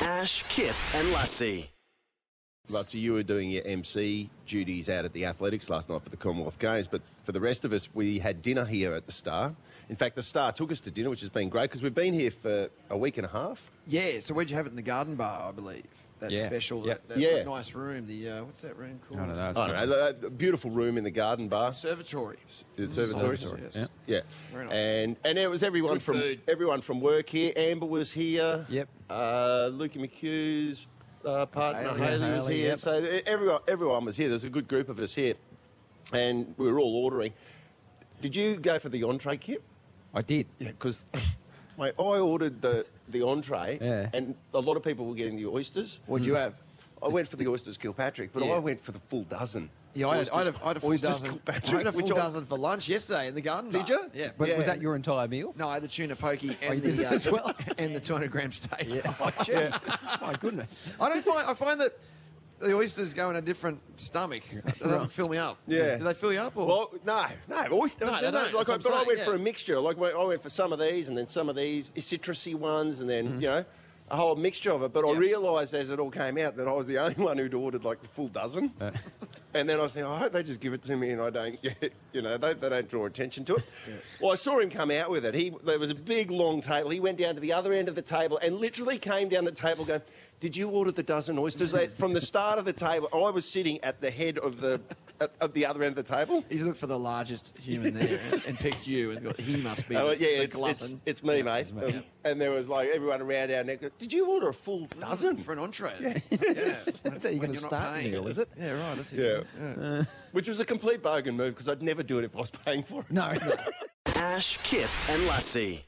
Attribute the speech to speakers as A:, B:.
A: Ash, Kip, and Lutzi.
B: Lots of you were doing your MC duties out at the athletics last night for the Commonwealth Games, but for the rest of us, we had dinner here at the Star. In fact, the Star took us to dinner, which has been great because we've been here for a week and a half.
C: Yeah, so where'd you have it in the garden bar, I believe? That
D: Yeah.
C: special,
B: Yeah.
C: that, that
B: Yeah.
C: nice room. The uh, what's that room called?
D: I don't know. It's
B: I don't know, a beautiful room in the garden bar,
C: Conservatory.
B: conservatory.
C: Conservatory, yes.
D: Yeah.
B: Yeah,
C: Very nice.
B: and and it was everyone
C: Good
B: from
C: food.
B: everyone from work here. Amber was here.
D: Yep.
B: Uh, Lukey McHugh's uh, partner
C: Haley.
B: Haley, was
D: Haley,
B: here.
D: yep.
B: So e- everyone everyone was here. There's a good group of us here, and we were all ordering. Did you go for the entree, Kip?
D: I did.
B: Yeah, because mate, I ordered the the entree,
D: Yeah.
B: and a lot of people were getting the oysters.
C: What'd you have?
B: I went for the oysters Kilpatrick, but
C: Yeah.
B: I went for the full dozen.
C: Yeah, I had, I had, a, I had a full
B: Oysters
C: dozen. I
B: Kilpatrick,
C: had a full
B: which I-
C: dozen for lunch yesterday in the garden.
B: Did
C: bar.
B: you? Oh,
C: Yeah.
D: But
B: Yeah.
D: was that your entire meal?
C: no, I had the tuna pokey
D: you
C: and
D: did
C: the uh,
D: it as well?
C: and the 200 gram steak. Oh,
B: Yeah.
D: My goodness.
C: I don't find I find that the oysters go in a different stomach. That doesn't fill me up.
B: Yeah.
C: Do they fill you up or?
B: Well, no, no, oyster.
C: No, they don't.
B: Like,
C: That's
B: I,
C: what
B: but
C: I'm
B: I
C: saying,
B: went
C: yeah.
B: for a mixture. Like, I went for some of these, and then some of these citrusy ones, and then you know, a whole mixture of it. But I
C: Mm-hmm. Yeah.
B: realised as it all came out that I was the only one who'd ordered like the full dozen. and then I was thinking, I hope they just give it to me, and I don't get, you know, they, they don't draw attention to it. Well, I saw him come out with it. He there was a big long table. He went down to the other end of the table and literally came down the table going. Did you order the dozen oysters? They- From the start of the table, I was sitting at the head of the at, of the other end of the table.
C: He's looked for the largest human there and, and picked you and got, he must be
B: Oh,
C: the,
B: yeah,
C: the
B: it's, it's,
C: glutton.
B: it's me, mate.
D: me.
B: And, and there was like everyone around our neck. Did you order a full dozen?
C: for an entree. Yeah.
D: That's how you're
C: When
D: going to
C: you're not
D: start a
C: paying.
D: meal, is it?
C: Yeah, right. That's it.
B: Yeah. Which was a complete bargain move because I'd never do it if I was paying for it.
D: No.
A: Ash, Kip, and Lutzi.